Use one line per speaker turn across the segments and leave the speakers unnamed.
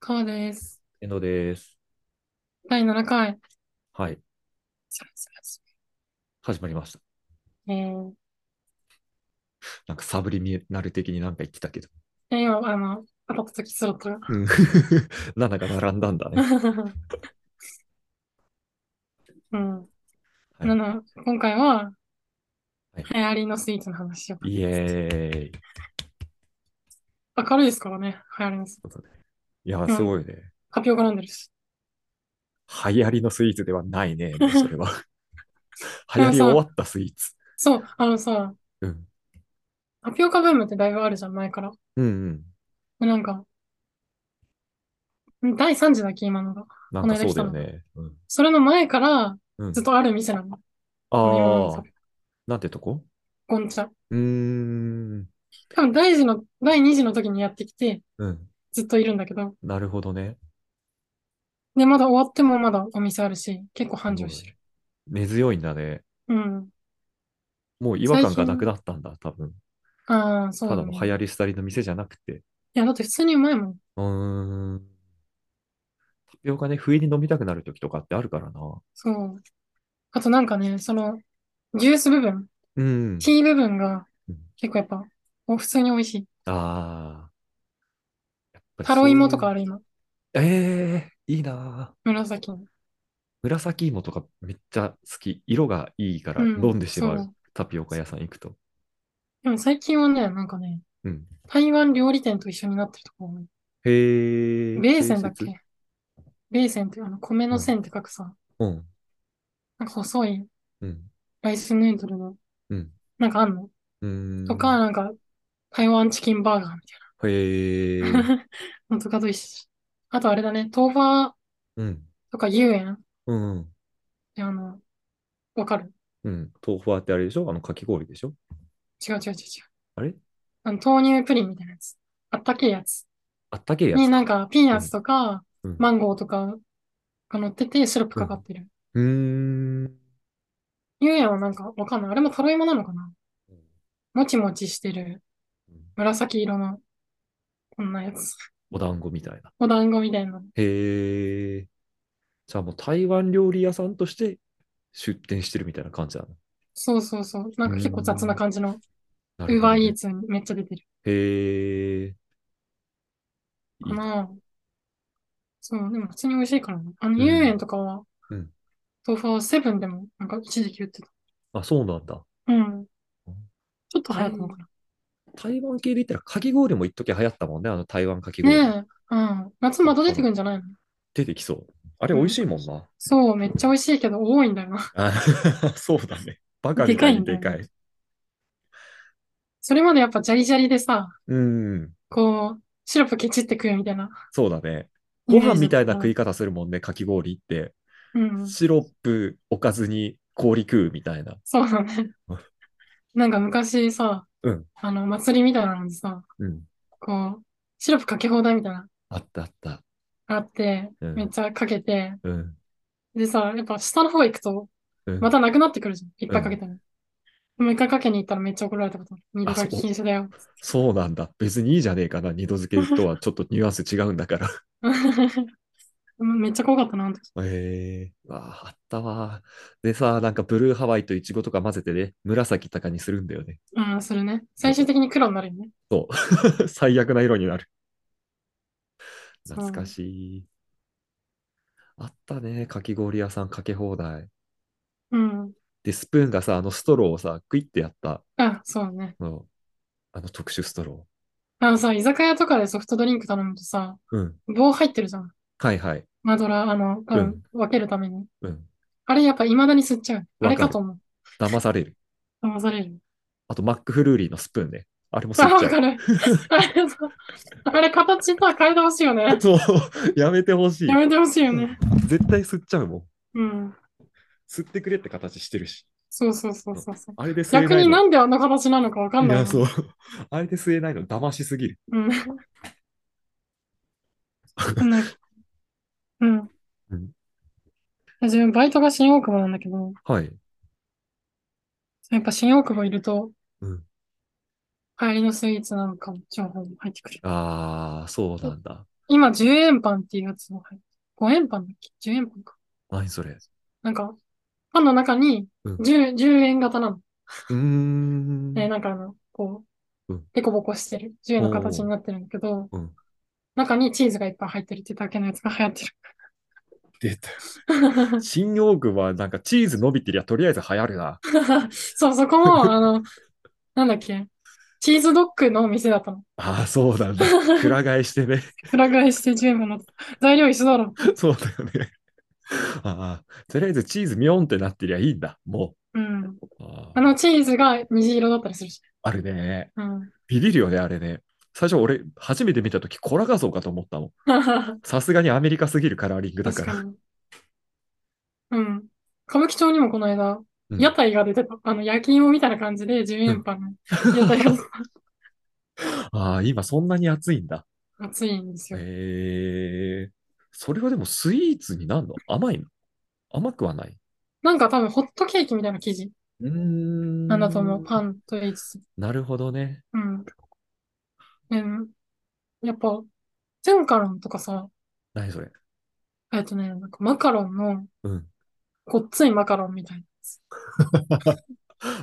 川です。
遠藤です。
第7回。
はい。
さあさあさ
始まりました。
あえー
なんかサブリミナル的になんか言ってたけど。
えー今、あの、当たった時スロットが。
うん。7が並んだんだね。
うん。
はい
なの今回は、
はい
流行りのスイーツの話を。
イエーイ。
明るいですからね、流行りのスイーツ。
いや、すごいね。
カピオカ飲んでるし。
流行りのスイーツではないね、もうそれは。 流行り終わったスイーツ。
そう、あのさ、
うん。
カピオカブームってだいぶあるじゃん、前から。
うんうん。
なんか、第3次だっけ、今のが。
なんかそうだよね。うん。
それの前から
うん、
ずっとある店なの。
ああ、なんてとこ
ゴンチャ。
うーん。
多分第一次の、第2次の時にやってきて、
うん。
ずっといるんだけど、
なるほどね。
で、まだ終わってもまだお店あるし、結構繁盛してる。
根強いんだね。
うん。
もう違和感がなくなったんだ、多分。
ああ、そ
た
う
だ
だ
の
ね。
流行り廃りの店じゃなく
い
て。
や、だって普通にうまいもん。
うーん。タピオカね、不意に飲みたくなる時とかってあるからな。
そう。あとなんかね、その、ジュース部分、
うん。
ティー部分が
うん、
結構やっぱ、お普通に美味しい。
ああ。やっぱり
タロイモとかあ
る。
る今。
ええいいなあ。
紫の。
紫芋とかめっちゃ好き。色がいいから
うん
飲んでしまう。
そう
タピオカ屋さん行くと。
でも最近はね、なんかね、
うん。
台湾料理店と一緒になってるとこが多い。
へえ。
米線だっ
定
け米線ってあの、米の線って書くさ、
説うん。
なんか細い
うん。
ライスヌードルの
うん、
なんかあんの
うーん。
とか、なんか、台湾チキンバーガーみたいな。
へえ。
本当かと一緒。あとあれだね、豆腐
うん。
とか遊園
うん。
あの、わかる
うん。豆腐はってあれでしょあの、かき氷でしょ
違う違う違う違う。
あれ
あの、豆乳プリンみたいなやつ。あったけえやつ。
あったけえや
に
つ。
なんか、ピーナッツとか、
うん
マンゴーとかが乗ってて、シロップかかってる。
うーん。
遊園はなんか、わかんない。あれもタロイモなのかなもちもちしてる、紫色の、こんなやつ。
お団子みたいな。
お団子みたいな。
へえ。じゃあもう台湾料理屋さんとして出店してるみたいな感じなの。
そうそうそう。なんか結構雑な感じの、
な
ウ
る
ー
ほど
バー
ね
イーツにめっちゃ出てる。
へえ。いい
か
な
な。そう、でも普通に美味しいからね。あ
ん
の、遊園とかは
うん、
豆腐はセブンでも、なんか一時期売ってた。
あ、そうなんだ。
うん。ちょっと流行ったのかな。
台湾系で言ったら、かき氷も一時流行ったもんね。あの台湾かき氷。
ねえ、うん。夏また出てくんじゃないの
出てきそう。あれ美味しいもんな。
そう、めっちゃ美味しいけど多いんだよな。
あ そうだね。バカ
で
み
か
た
い
い
ん
に
だよ
で
ね
かい。
それまでやっぱジャリジャリでさ、
うん。
こう、シロップケチって食うみたいな。
そうだね。ご飯みたいな食
い。
い方するもんね、かき氷って。
うん。
シロップおかずに氷食うみたいな。
そうだね。なんか昔さ
うん、
あの、祭りみたいなのでさ、
うん。
こう、シロップかけ放題みたいな、
あったあった。
あって、
うん
めっちゃかけて、
うん。
でさ、やっぱ下の方行くと、
うん
またなくなってくるじゃん。いっぱいかけたら。もう一回かけに行ったらめっちゃ怒られたことある。二度かけ禁止だよ。
そうなんだ。別にいいじゃねえかな。二度漬けとはちょっとニュアンス違うんだから。
めっちゃ怖かったな、あの時。
ええ わあ、あったわ。でさ、なんかブルーハワイとイチゴとか混ぜてね、紫とかにするんだよね。
うん、それね。最終的に黒になるよね。
最悪な色になる。懐かしい。あったね。かき氷屋さんかけ放題。
うん。
で、スプーンがさ、あのストローをさ、クイってやった
あ、そうね。
の。あの特殊ストロ
あのさ、居酒屋とかでソフトドリンク頼むとさ、
ー。うん。
棒入ってるじゃん。
はいはい。
マドラー、あの、多分分けるために。
うん。
あれやっぱ未だに吸っちゃう。あれか
わかる
と思う。
騙される。
騙される。
あと、マックフルーリーのスプーンね。あれも吸
あ、
っ
わ
ちゃ
か
う。
る。あれさ、あれ形さ、変えてほしいよね。
そう。やめてほしい
や。めてほしいよね。
絶対吸っちゃうもん。
うん。
吸ってくれって形してるし。
そうそうそうそうそう。
あれで吸え
逆
ない
に
の。
なんであんな形なのかわかんない
い
もん。
や、そう。 あれで吸えないの、騙しすぎる。
うん。なんかうん
うん。
自分、バイトが新大久保なんだけど、
はい。
やっぱ新大久保いると、
うん
帰りのスイーツなんかも情報入ってくる。
ああ、そうなんだ。
今10円パンっていうやつも入って、5円パンだっけ ?10 円パンか。
何それ。
なんか、パンの中に
うん。う
10, 10円型なの。
ーん。
で、なんかあの、こ
う
う、
ん
デコボコしてる。10円の形
お
に
ー
なってるんだけど、
うん。
中にチーズがいっぱい入ってるってだけのやつが流行ってる。
出た。新大久保はなんかチーズ伸びてりゃとりあえず流行るな。
そう、そこ も、あの、なんだっけ、チーズドッグのお店だったの。
ああ、そうなんだ。くら替えしてね。
裏返して10円もの材料一緒だろ。
そうだよね。ああ、とりあえずチーズミョンってなってりゃいいんだ。も
うん。
う。
あ
ああ、
のチーズが虹色だったりするし。
あるね。
うん。
ビビるよね、あれね。最初俺、初めて見たとき、コラ画像かと思ったもん。
確
さすがにアメリカすぎるカラーリングだか。
からに。うん。歌舞伎町にもこの間、
う
屋
ん。
台が出てた。あの、焼き芋みたいな感じで10
う
円
ん。
パンの屋 台が出てた
ああ、今そんなに暑いんだ。
熱いんですよ。
ええそれはでもスイーツになんの甘いの甘くはない。
なんか多分ホットケーキみたいな生地
うー
なんだと思う。
ん。
パンと言いつつ。
なるほどね。
うん。うん。やっぱ、ジャンカロンとかさ、
何それ。
えっとね、なんかマカロンの、
うん。
ごっついマカロンみたいなやつ。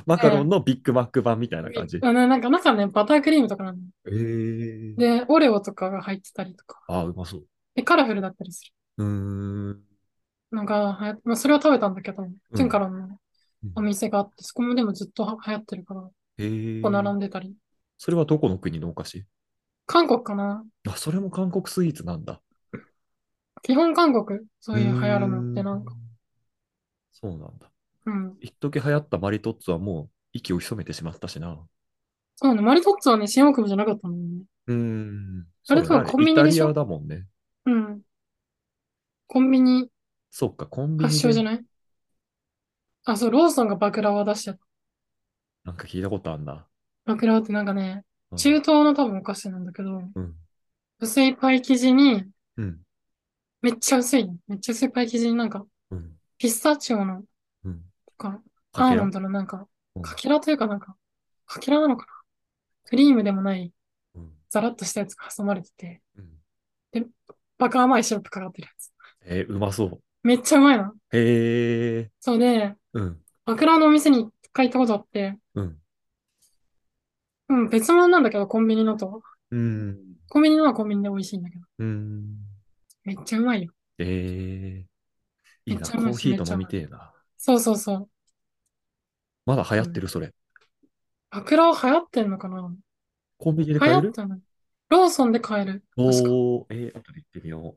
マカロ
で、
ンのビッグマック版みたいな感
み
じ。
あのなんか中ね、バタークリームとかなの。
ええ
で、オレオとかが入ってたりとか。
ああ、うまそう。
で、カラフルだったりす
うーん。
るのが流行って、まあ、それは食べたんだけど、
う
ジュンカ
ん。
ロンの
う
お
ん
店があって、そこもでもずっとは流行ってるから、こ
え
う並
ー、
んでたり。
それはどこの国のお菓子
韓国かな
あ、それも韓国スイーツなんだ。
基本韓国、そうう
ー
いう流行るのってなんか、
ん。そうなんだ。
うん。
一時流行ったマリトッツォはもう息を潜めてしまったしな。
そうね、マリトッツォはね、新大久保じゃなかったのね。
うーん。
あ
そう
れ
だ
と
ね。
は
あれ、
コン
イ
ビニ
タ
で
リ
し
ア
ょ
だもんね。
うん。コンビニ
そっか、コンビ
発
ニ
祥じゃ
で
ないあ、そう、ローソンがバクラワ出してた。
なんか聞いたことあんな。
バクラワってなんかね、
うん。
中東の多分お菓子なんだけど、
うん。
薄いパイ生地に、
うん。
めっちゃ薄いの。めっちゃ薄いパイ生地になんか、
うん。
ピスタチオの、
うん。
とか、
か
ア
け
ーモン
ら。
ドのなんか、
うん。
かけらというかなんか、かけらなのかなクリームでもない、
うん。
ザラッとしたやつが挟まれてて、
うん
で、バカ甘いシロップかかってるやつ。
えーうまそう。
めっちゃうまいな。
へえ。
そうで、
うん。
バクラワのお店に一回行ったことあって、
うん。
うん、別物なんだけど、コンビニのと。
うん。
コンビニのはコンビニで美味しいんだけど、
うん。
めっちゃうまいよ。
ええ。い
め
い
っ
な。
ちゃうま
コ
い
ー
し、
ヒー
めっ
と
ちゃう
飲み
まい。
てえな。
そうそうそう。
まだ流行
う
って
ん。
る、それ。
バクラワ流行ってんのかな
コンビニで
流
買
行
え
っ
る
たの。ローソンで買える。確か。
おー、えー、後で行ってみよ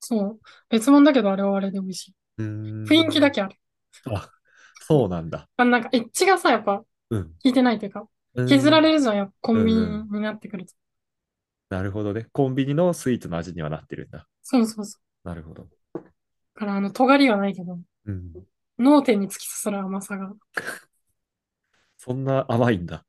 そう。別物だけど、あれはあれで美味しい。
う。うー
雰囲気だ
ん。
けある。
あ、
う
そうんなんだ。
あ、なんか、エッジがさ、やっぱ、
うん。
効いてないというか、
う
削ら
ん。
れるじゃん、やっぱコ
う
ンビ
んう
ニ
ん。
になってくると。
なるほどね。コンビニのスイーツの味にはなってるんだ。
そうそうそう。
なるほど。
だから、あの、尖りはないけど、
うん。
脳天に突き刺さる甘さが。
そんな甘いんだ。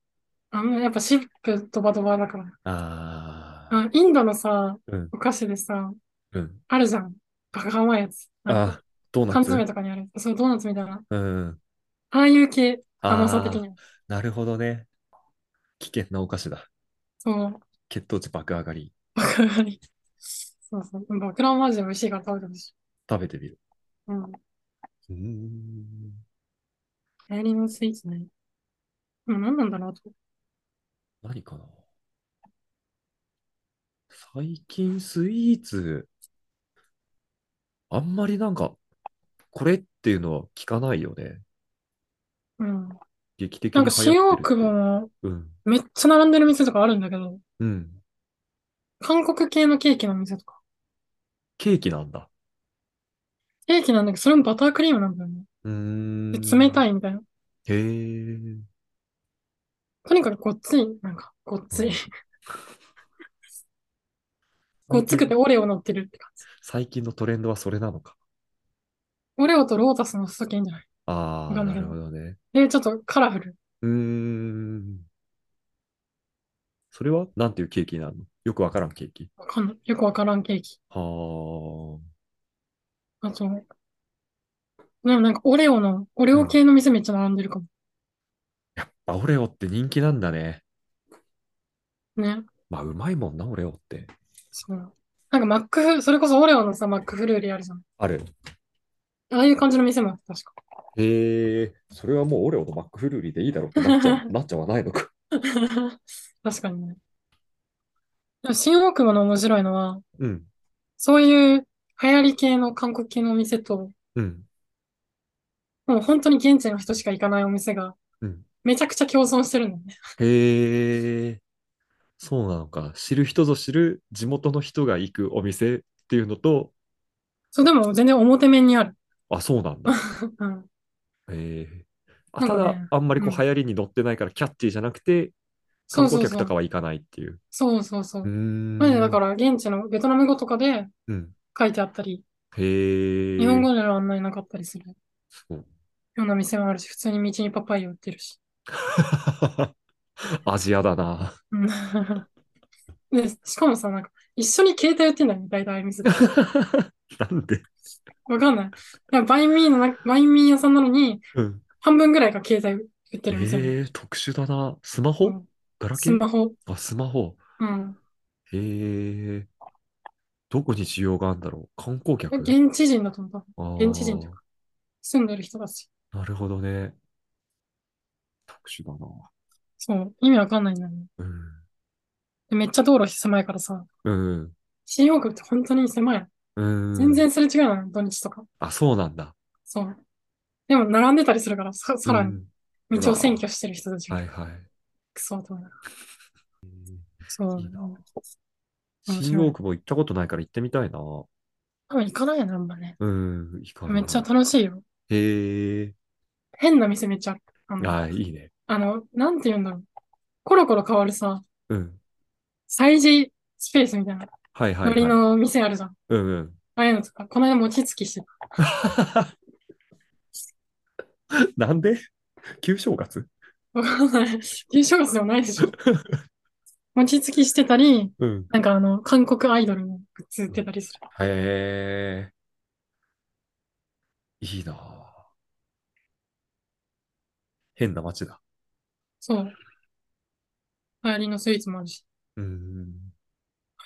あの、やっぱ、シップドバドバだから。
あ
あ、インドのさ、
ー。うん。
お菓子でさ、
うん。
あるじゃん。バカ甘いやつ。なんか、
あー、ドーナ
缶詰
ツ
とかにある。そう、ドーナツみたいな。
うん。
ああいう系、甘さ的
あ
に
ー、
は。
なるほどね。危険なお菓子だ。
そう。
血糖値爆上がり。
バカがり。そうそう。バクランマジで美味しいから食べてほしい。
食べてみる。
うん。
うーん。
流行りのスイーツね。でも何なんだろうと。
何かな最近スイーツ、あんまりなんか、これっていうのは聞かないよね。
うん。
劇的
なん
に
か
流
新
行って
大
るっ
久保
て。
も
うん。
めっちゃ並んでる店とかあるんだけど、
うん。
韓国系のケーキの店とか。
ケーキなんだ。
ケーキなんだけど、それもバタークリームなんだよね。
うー
で、冷た
ん。
いみたいな。
へえ。
とにかくごっつい。なんか、ごっ
う
つい。
ん。
ご
最
っつく
近、
てオレオ乗ってるって感じ。
最近のトレンドはそれなのか。
オレオとロータスのすけいいんじゃない
あ
わ
あ、
かんな
ない
け
るほ
ど。
どね。
で、ちょっとカラフル。
うーん。それはなんていうケーキなのよくわからんケーキ。
わかんない。よくわからんケーキ。
はあ。
あと、でもなんかオレオの、オレ
う
オ
ん。
系の店めっちゃ並んでるかも。
やっぱオレオって人気なんだね。
ね。
まあ、うまいもんな、オレオって。
そう。なんかマックフ、それこそオレオのさ、マックフルーリーあるじゃん。
ある。
ああいう感じの店もあった、確 か。
へえ、それはもうオレオのマックフルーリーでいいだろうってなっちゃ う、なっちゃわないのか。
確かにね。でも新大久保の面白いのは、
うん、
そういう流行り系の韓国系のお店と、
うん、
もう本当に現地の人しか行かないお店が、
うん。
めちゃくちゃ共存してるのね。
へえ、そうなのか。知る人ぞ知る地元の人が行くお店っていうのと、
そう、でも全然表面にある。
あ、そうなん だ。
うん。
へえ。あ、
なん
た
か
だ
ね、
あんまりこ
うん
う流行りに乗ってないからキャッチーじゃなくて、
そ
観
う
光
そう
客
そ
とか
う。
は行かないっていう。
そうそうそう
ー
う。までだか
ん。
ら現地のベトナム語とかで
うん。
書いてあったり、日
へ
本
え。
語での案内なかったりするよ
そう
うな店もあるし、普通に道にパパイヤ売ってるし。
アジアだな。
うんで、しかもさ、なんか、一緒に携帯売ってんだよね、大体ああいう店って。
なんで
わかんない。なんかバインミーのな、バインミー屋さんなのに、
うん。
半分ぐらいが携帯売って
え
る店も。
ー、特殊だな。スマ
う
ホ
ん、
ガラ
ス
ケー
マホ。
あ、スマホ。
うん。
へえ。どこに需要があるんだろう。観光
え
客
現地人だと思った。
あ
現地人とか、住んでる人だし。
あー、なるほどね。特殊だな。
そう、意味わかんないんだよね。
うん。
でめっちゃ道路狭いからさ、
うん。
新大久保って本当に狭いの。
う
全
ん。
然すれ違いなの、土日とか。
あ、そうなんだ。
そう。でも、並んでたりするから、さ、
う
さらに、
ん。う
道を
わ
占拠してる人たちが、
はいはい。
クソと思いながら。そう
いいな。
うん、面
新
白
大
い。
久保行ったことないから行ってみたいな。
多分行かないよね、あんまね。
うん、行か
めっちゃ
な
楽しいよ。
い。へえ。
変な店めっちゃある。あの、
あー、いいね。
あの、なんて言うんだろう。コロコロ変わるさ、
うん。
催事スペースみたいな、
はいは
ノ
い
リ
はい。
の店あるじゃん。
うんうん。
ああいうのとか、この間餅つきしてた。
なんで 旧正月
わかんない。 旧正月でもないでしょ。餅つきしてたり、
うん。
なんかあの、韓国アイドルのグッズ売ってたりする。
へえ、いいなあ変な街だ。
そう。流行りのスイーツもあるし。
うーん、
流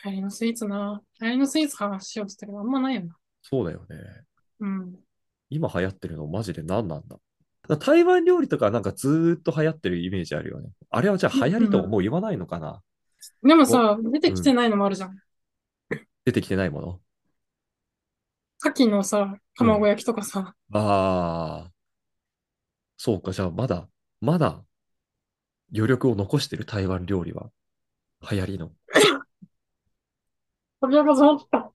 行りのスイーツな。流行りのスイーツ話しようって言ったけど、あんまないよな。
そうだよね。
うん。
今流行ってるのマジで何なんだ。だ台湾料理とかなんかずーっと流行ってるイメージあるよね。あれはじゃあ流行りとはもう言わないのかな
でも
お、
さ、出て
う
きて
ん。
ないのもあるじゃん。
出てきてないもの
牡蠣のさ、
う
卵
ん。
焼きとかさ、
ああ、そうか。じゃあまだ、まだ余力を残してる台湾料理は流行りの。
これがそうった。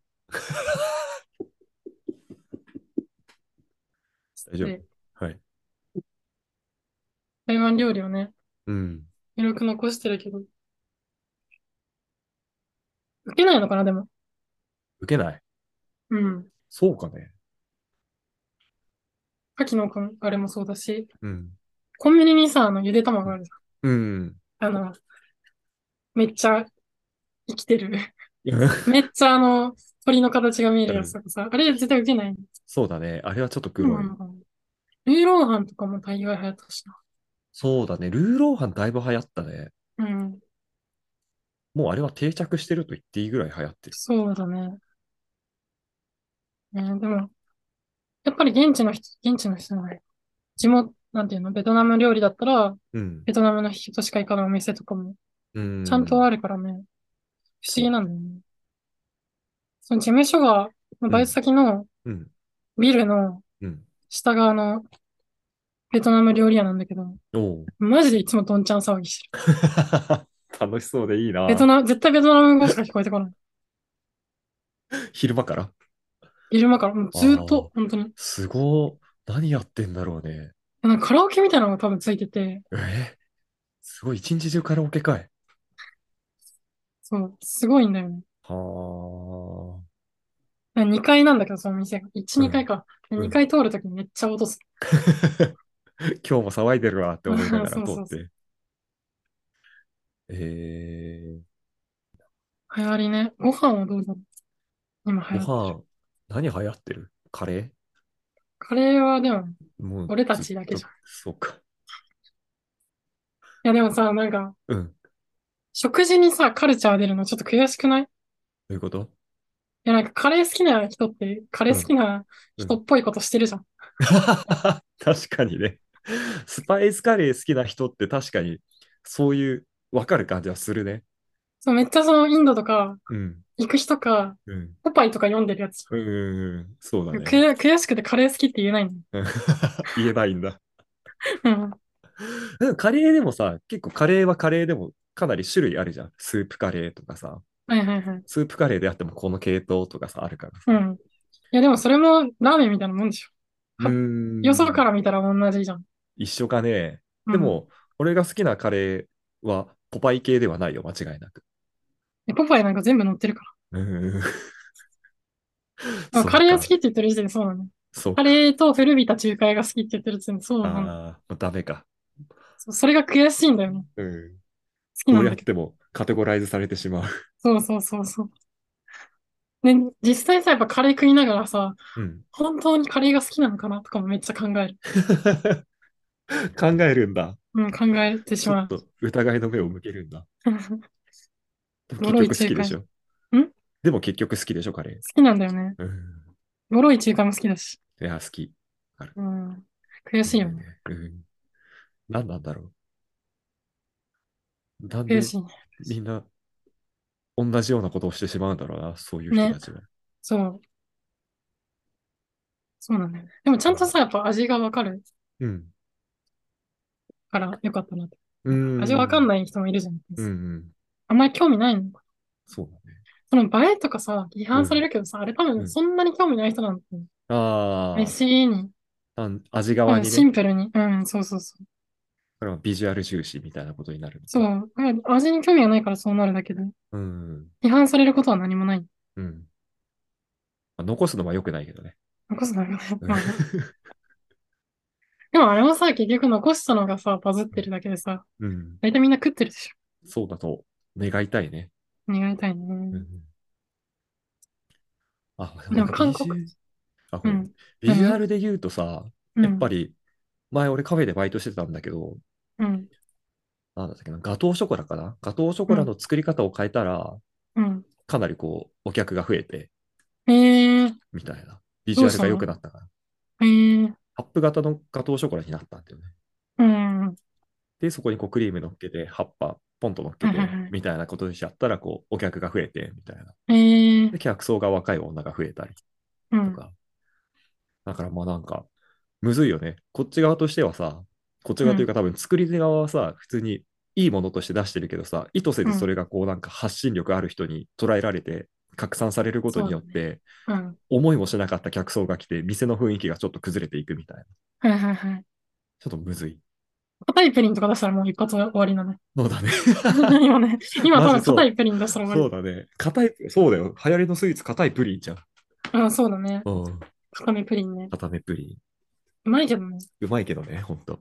大丈
で、
夫はい。
台湾料理をね、
うん。
余力残してるけど、受けないのかな、でも。
受けない。
うん。
そうかね。
牡蠣のこのあれもそうだし、
うん。
コンビニにさ、あの、ゆで卵あるじ
うん。
ゃん。あの、めっちゃ生きてる。
うん
めっちゃあの、鳥の形が見え
う
るやつ
ん
とかさ、あれ絶対受けない。
そうだね。あれはちょっと
そう
黒。
ないのかな。ルーローハンとかも大概流行ったしな。
そうだね。ルーローハンだいぶ流行ったね。
うん。
もうあれは定着してると言っていいぐらい流行ってる。
そうだね。ね、でも、やっぱり現地の人、現地の人じゃない。地元、なんていうの、ベトナム料理だったら、
うん。
ベトナムの人しか行かないお店とかも、
う
ちゃんとあ
ん。
るからね、不思
そ
議
う。
なんだよね。その事務所が、
う
バイト
ん。
先の
うん。
ビルの
うん。
下側のベトナム料理屋なんだけど、
おう。
マジでいつもどんちゃん騒ぎしてる。
楽しそうでいい
ベト
な。
ナム、絶対ベトナム語しか聞こえてこない。
昼間から。
昼間から、もうずーっ
あ
と、
あ、
本当に。
すごい。何やってんだろうね。
なんかカラオケみたいなのが多分ついてて、
えすごい。一日中カラオケかい。
そう、すごいんだよね。
はあ。
2階なんだけど、その店が。1、
う
2階
ん。
か。
う
2
ん。
階通るときにめっちゃ音す
今日も騒いでるわって
る。
思いながら
そう
通っ
そうそう。
て。えー、
流行りね。ご飯はどうだろう今流
ご
行ってる。
飯、何流行ってるカレ
カレーはでも、
ーもう
俺た
ずっ
ちだけ
と、
じゃん。い
そうか。
やでもさ、なんか、
うん。ど
食事にさ、カルチャー出るのちょっと悔しくないう
いうこと
や、なんかカレー好きな人って、カレー好きな人っぽいことしてるじゃん。
確かにね。スパイスカレー好きな人って確かにそういう分かる感じはするね。
そう、めっちゃそのインドとか、
うん。
行く人か、
うん。
ポパイとか読んでるやつじ
うんうんうん。そうだ
ゃん。
ね。
く悔しくてカレー好きって言えないの。
うん 言えないんだ。
うん。
でもカレーでもさ、結構カレーはカレーでもかなり種類あるじゃん。スープカレーとかさ、
はいはいはい。
スープカレーであってもこの系統とかさ、あるから
う
さ。
ん。いや、でもそれもラーメンみたいなもんでしょ。
うーん
よそから見たら同じじゃん。
一緒かね。
うん
で、も、俺が好きなカレーはポパイ系ではないよ、間違いなく。
えポパイなんか全部乗ってるか
うん。
ら。
そう
カレー好
か
きって言ってる時点でそうなの、ね。
そう
カレーとフェルビタ仲介が好きって言ってる時点でそうなの、
ああ、ダメか。
そうそれが悔しいんだよね。
うん。
好き
ど
なん
うやっ
だけど。
てもカテゴライズされてしまう。
そうそうそうそう。で、実際さ、やっぱカレー食いながらさ、
うん。
本当にカレーが好きなのかなとかもめっちゃ考える。
考えるんだ。
うん、考えてし
ちょ
ま
っ
う。
と疑いの目を向けるんだ。
好
でも
呪い
結局好きでしょ。
中華ん
でも結局好きでしょ、カレ
きなんだよね。
ー。うん。
ボロい中華も好きだし。
いや、好き。
うん。悔しいよね。
うん。何なんだろう。なんで
悔しいね。
みんな同じようなことをしてしまうんだろうな、そういう人たちは。
そう。そうなんだよね。でもちゃんとさ、やっぱ味がわかる
うん。
からよかったなって。
うん。
味わかん
ない。
ない人もいるじゃないです
うん
か。
うん。
あんまり興味ないのか。
そうだね。
その映えとかさ、批判されるけどさ、あれ多
うん
分そんなに興味ない人なんて、
ああ
飯に、
あん、味
多
側
分
に
シ
ね、
ンプルに、うん、そうそうそう。
これはビジュアル重視みたいなことになるのか。
そう、うん味に興味がないからそうなるだけで、
うん。
批判されることは何もない。
うん。まあ残すのは良くないけどね。
残すのがね、まあね。 でもあれもさ、結局残したのがさ、バズってるだけでさ、
うん。
大体みんな食ってるでし
そうだと願いたいね。
ょ。願いたいうね。
ん。あ、
で
なん
も
か
韓
ビジュ
国、
あ、ご
う
めん
ん、
ビジュアルで言うとさ、
うん、
やっぱり、前俺カフェでバイトしてたんだけど、
うん、
なんだったっけな、ガトーショコラかなガトーショコラの作り方を変えたら、
うん。
かなりこう、お客が増えて、
えー、
みたいな。ビジュアルが良くなったから。
えー、
カップ型のガトーショコラになったんだよね。
うん、うん、
で、そこにこうクリーム乗っけて、葉っぱ、ポンと乗っけ
は
て
いはいは、い
みたいなことにしちゃったら、こう、お客が増えて、みたいな。
えー
で、、客層が若い女が増えたり
う
と
ん、
か。だからまあなんか、むずいよね。こっち側としてはさ、こっち側というか多分作り手側はさ、普通にいいものとして出してるけどさ、意図せずそれがこうなんか発信力ある人に捉えられて、拡散されることによって、
うん。
思いもしなかった客層が来て、店の雰囲気がちょっと崩れていくみたいな。
はいはいはい。
ちょっとむずい。
硬いプリンとか出したらもう一発終わりな の。
そうだね。
今ね、今多
マ
分
ジそう
硬いプリン出したら終
そ
わ
うだね。硬い、そうだよ。流行りのスイーツ、硬いプリンじゃん。
り。うん、そうだね。
うん。
硬めプリンね。
硬めプリン。
うまいけどね。
うまいけどね、ほんと。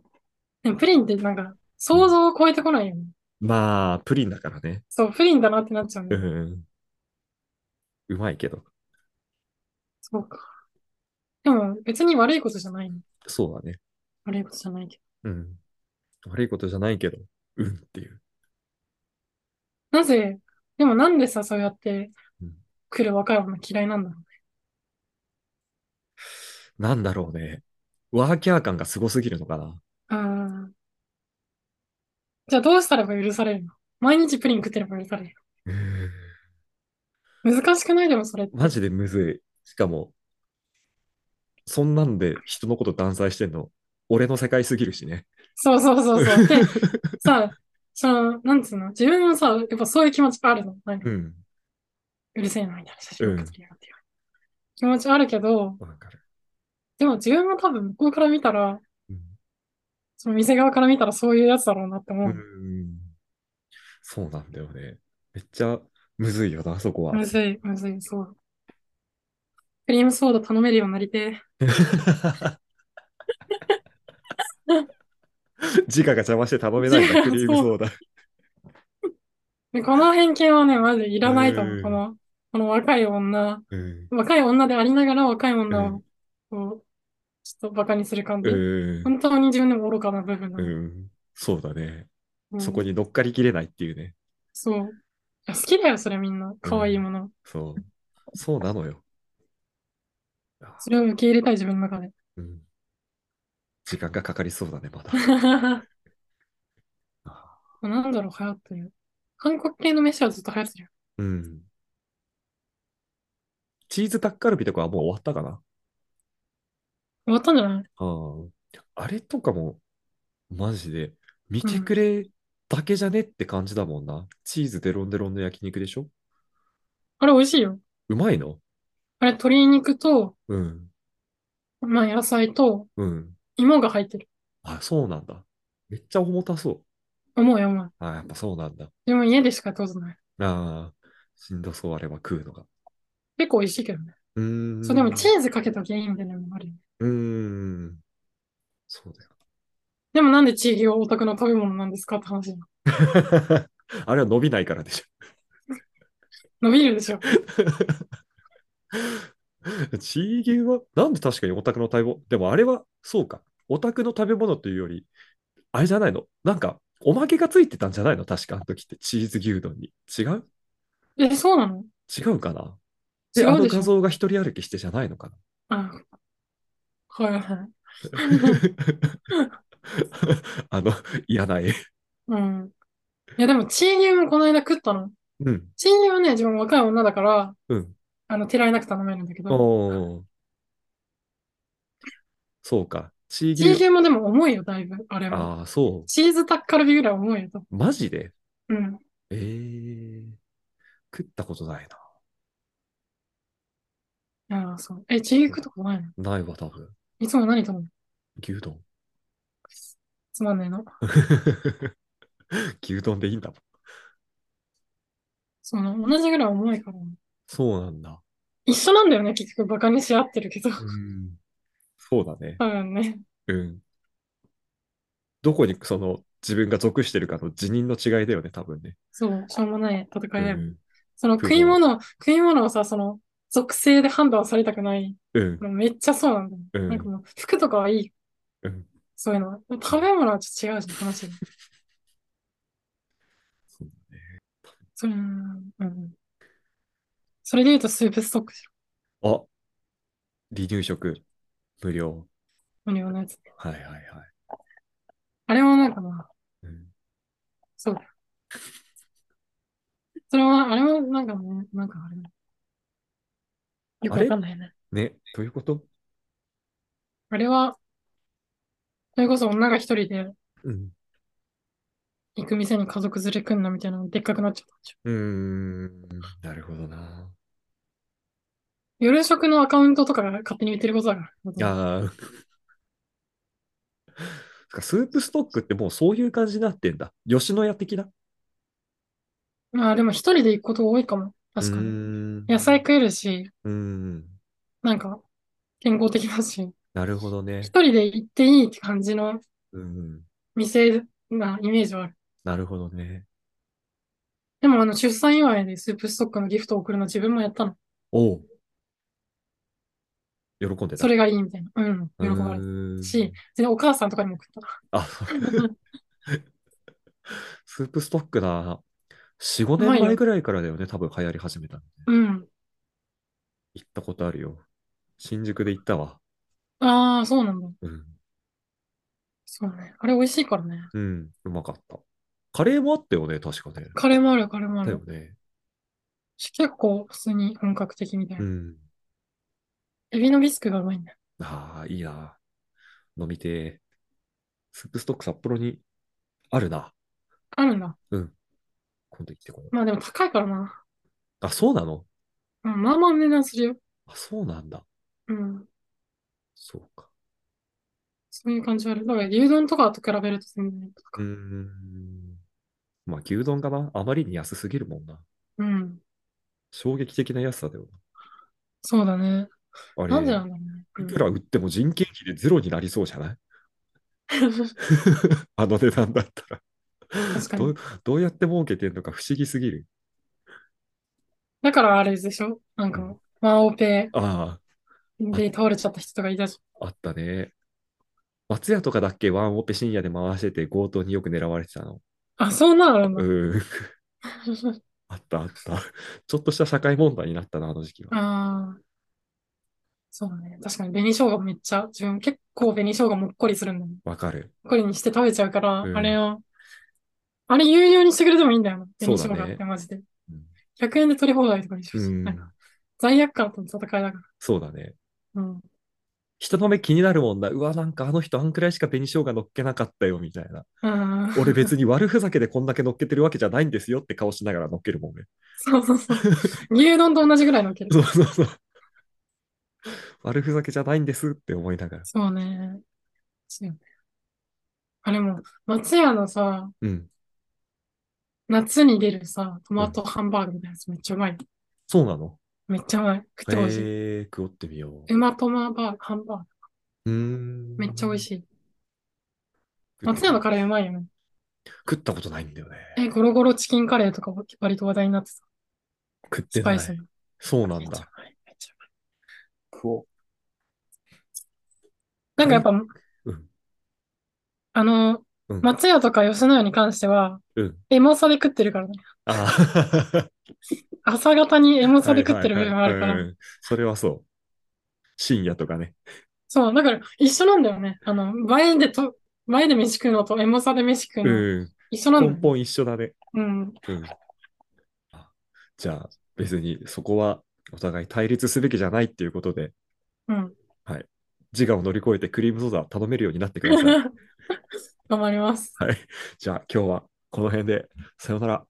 でもプリンってなんか、想像を超えてこないよね。
まあ、プリンだからね。
そう、プリンだなってなっちゃう
う
ね。
ん。うまいけど。
そうか。でも別に悪いことじゃないの。
そうだね。
悪いことじゃないけど。
うん。悪いことじゃないけど、うんっていう。
なぜ、でもなんでさ、そうやって
うん
来る若い女嫌いなんだろうね。
なんだろうね。ワーキャー感がすごすぎるのかな。
あーじゃあどうしたらば許されるの毎日プリン食ってれば許される
うん
の難しくないでもそれって。
マジでむずい。しかも、そんなんで人のこと断罪してんの、俺の世界すぎるしね。
そうそうそうそう。 で、さ、その、なんつうの自分もさ、やっぱそういう気持ちあるの。なんか、
うん。
うるせえな、みたいな写真を撮りやがってよ。気持ちあるけど、
わかる。
でも自分も多分向こうから見たら、
うん
その店側から見たらそういうやつだろうなって
う
思う。
ん。そうなんだよね。めっちゃむずいよな、そこは。
むずい、むずい、そう。クリームソーダ頼めるようになりてえ。
自我が邪魔して頼めないんだ、クリームソーダ。
でこの偏見はね、まずいらないと思
うん
う。この、この若い女、
うん。
若い女でありながら若い女
うん
を、こう、ちょっとバカにする感じ。
うん。
本当に自分でも愚かな部分なの
うん。そうだね。
うん
そこに乗っかりきれないっていうね。
そう。いや好きだよ、それみんな。可愛いもの。
そう。そうなのよ。あ
それを受け入れたい自分の中 で。
うん時間がかかりそうだね、まだ。あ
なんだろう、流行ってる。韓国系の飯はずっと流行ってるよ。
うん。チーズタッカルビとかはもう終わったかな。
終わったんじゃない
うんあれとかも、マジで、見てくれだけじゃねって感じだもんな。チーズデロンデロンの焼肉でしょ
あれ美味しいよ。
うまいの
あれ鶏肉と、
うん。
まあ野菜と
うん。
芋が入ってる。
あ、そうなんだ。めっちゃ重たそ
思うよ、思う。
う。あ、やっぱそうなんだ。
でも家でしか当然ない。
ああ、しんどそう、あれは食うのが。
結構美味しいけどね。
うーん。
そう、でもチーズかけた原因みたいなのもあるよね。
うーん。そうだよ。
でもなんでチーズはオタクの食べ物なんですかって話。
あれは伸びないからでし
伸びるでしょ。
ょ。 チー牛は、なんで確かにオタクの食べ物、でもあれは、そうか。オタクの食べ物というより、あれじゃないのなんか、おまけがついてたんじゃないの確か、あの時って、チーズ牛丼に。違う
え、そうなの
違うかな
違
で、あ
う
の
でし
画
ょ。
像が一人歩きしてじゃないのか
あ、
な
はいはい。
あの、嫌な絵。
うん。いや、でもチー牛もこの間食ったの。
うん、
チー牛はね、自分若い女だから、
うん。
あの、手られなく頼めるんだけど、
おーそうか。チー
チー
牛、
牛もでも重いよ、だいぶ、あれは。
ああ、そ
チーズタッカルビぐらい重いよ、と。
う。マジで
うん。
ええ食ったことない
いやー、そう。え、チー牛食ったことないの
な。ないわ、多分。
いつも何頼むの
牛丼。
つまんねえの。
牛丼でいいんだもん。
その、同じぐらい重いから。
そうなんだ。
一緒なんだよね、結局、バカにし合ってるけど。
うん。そうだね。
多分ね。
うん。どこに、その、自分が属してるかの辞任の違いだよね、多分ね。
そう、しょうもない戦
う
いだよ。
ん。
その
不合
食い物、食い物をさ、その、属性で判断されたくない。
うん。
めっちゃそうなんだよ。
うん
なんかもう、服とかはいい。
うん
そういうのは。食べ物はちょっと違うじゃん、話が。
そうだね
それ、うん。うんそれで言うと、スープストックでしょ。
あ、離乳食、無料。
無料のやつ。
はいはいはい。
あれもなんかな、
うん、
そうだよ。それは、あれもなんかね、なんかあれ。よくわかんないよね。
ね、どういうこと
あれは、それこそ女が一人で
うん。
行く店に家族連れ来んなみたいなのでっかくなっちゃったんでしょ。
うーん、なるほどな。
夜食のアカウントとかが勝手に言ってることだから。
あ あ。そっかスープストックってもうそういう感じになってんだ。吉野家的な。
まあでも一人で行くこと多いかも。確か
うー
に。
ん
野菜食えるし、
うーん。
なんか健康的だし、
なるほどね
一。人で行っていいって感じの
うん。
店なイメージはある。
なるほどね。
でもあの出産祝いでスープストックのギフトを送るの自分もやったの。
おう。喜んでた。
それがいいみたいな。うん。
う
喜ばれ
ーん
たし、でお母さんとかにも送った。
あ、そうスープストックな。4、5
うまい
年
よ
前ぐらいからだよね。多分流行り始めたの。
うん。
行ったことあるよ。新宿で行ったわ。
ああ、そうなんだ。
うん。
そうね。あれ美味しいからね。
うん。うまかった。カレーもあったよね、確かね。
カレーもある、カレーもあ
だよ
る。
ね。
結構普通に本格的みたいうな。
ん。
エビのビスクがうまいんだよ。
ああ、いいな。飲みてえ。スープストック札幌にあるな。
あるんだ。
今度行ってこよう。
まあでも高いからな。
あ、そうなの
うんまあまあ値段するよ。
あ、そうなんだ。
うん。
そうか。
そういう感じはある。だから牛丼とかと比べると全然
う
高
ー
い。
ん。まあ、牛丼かな。あまりに安すぎるもんな。
うん。
衝撃的な安さだよ
そうだね。
な。あ
なんで
れ、
なんだろう
い
ね
くら売っても人件費でゼロになりそうじゃない あの値段だったら。
うん。確か
ど
に
う。どうやって儲けてんのか不思議すぎる。
だからあれでしょなん
う
か、ワンオペ
あ
で倒れちゃった人とかいたじ
あ、あったね。松屋とかだっけワンオペ深夜で回してて強盗によく狙われてたの。
ゃん。あ、そんなのあるんだ。
うん。あったあった。ちょっとした社会問題になったな、あの時期は。
ああ、そうだね。確かに紅生姜めっちゃ、自分結構紅生姜もっこりするんだよ。も
わかる。
っこりにして食べちゃうから、
う
あれ
ん。
を、あれ有料にしてくれてもいいんだよな。
そう
紅
だ
生姜って
ね。
マジで。
うん。
100円で取り放題とかにし
う
ましょう。なん
ん
か、罪悪感との戦いだか
そうだね。
ら。うん。
人の目気になるもんだ。うわ、なんかあの人あんくらいしか紅生姜乗っけなかったよ、みたいな。
うん。
俺別に悪ふざけでこんだけ乗っけてるわけじゃないんですよって顔しながら乗っけるもんね。
そうそう そう。牛丼と同じぐらいのける。
そうそうそう。悪ふざけじゃないんですって思いながら。
そうね。そうねあれも、松屋のさ、
うん、
夏に出るさ、ト
う
マ
ん。
トハンバーグみたいなやつめっちゃうまい。
そうなの
めっちゃうまい。食ってほしい。
へえ、食おってみよ
うまトマバーハンバーグ。
う。うー
めっちゃ美味
ん。
しい。
食っ
松
た
屋
こ
の
と、
カレーうまいよね。
食ったことないんだよね。
え、ゴロゴロチキンカレーとか割と話題になってた。
食っ
ス
て
パイ
な
ス
い。
の。
そうな
め
ん
っちゃ
だ。
うまい。めっちゃうまい。
食おう。
なんかやっ
海、
ぱ、
うん、
あの、
うん、
松屋とか吉野家に関しては、
うん。
エモさで食ってるからね。
あ
朝方にエモ
あ、
さ
は
で
い
食っ
は
て
い
る
は
部分
い。
があるから。
うん。それはそう。深夜とかね。
そう、だから一緒なんだよね。あの、前でと、前で飯食うのとエモさで飯食うの、
うん。
一緒なんだ
根
よね。
本一緒だね。
うん。
うん。あじゃあ、別にそこはお互い対立すべきじゃないっていうことで、
うん。
はい。自我を乗り越えてクリームソーダを頼めるようになってください。
頑張ります。
はい。じゃあ、今日はこの辺で、さようなら。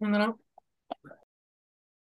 さよなら。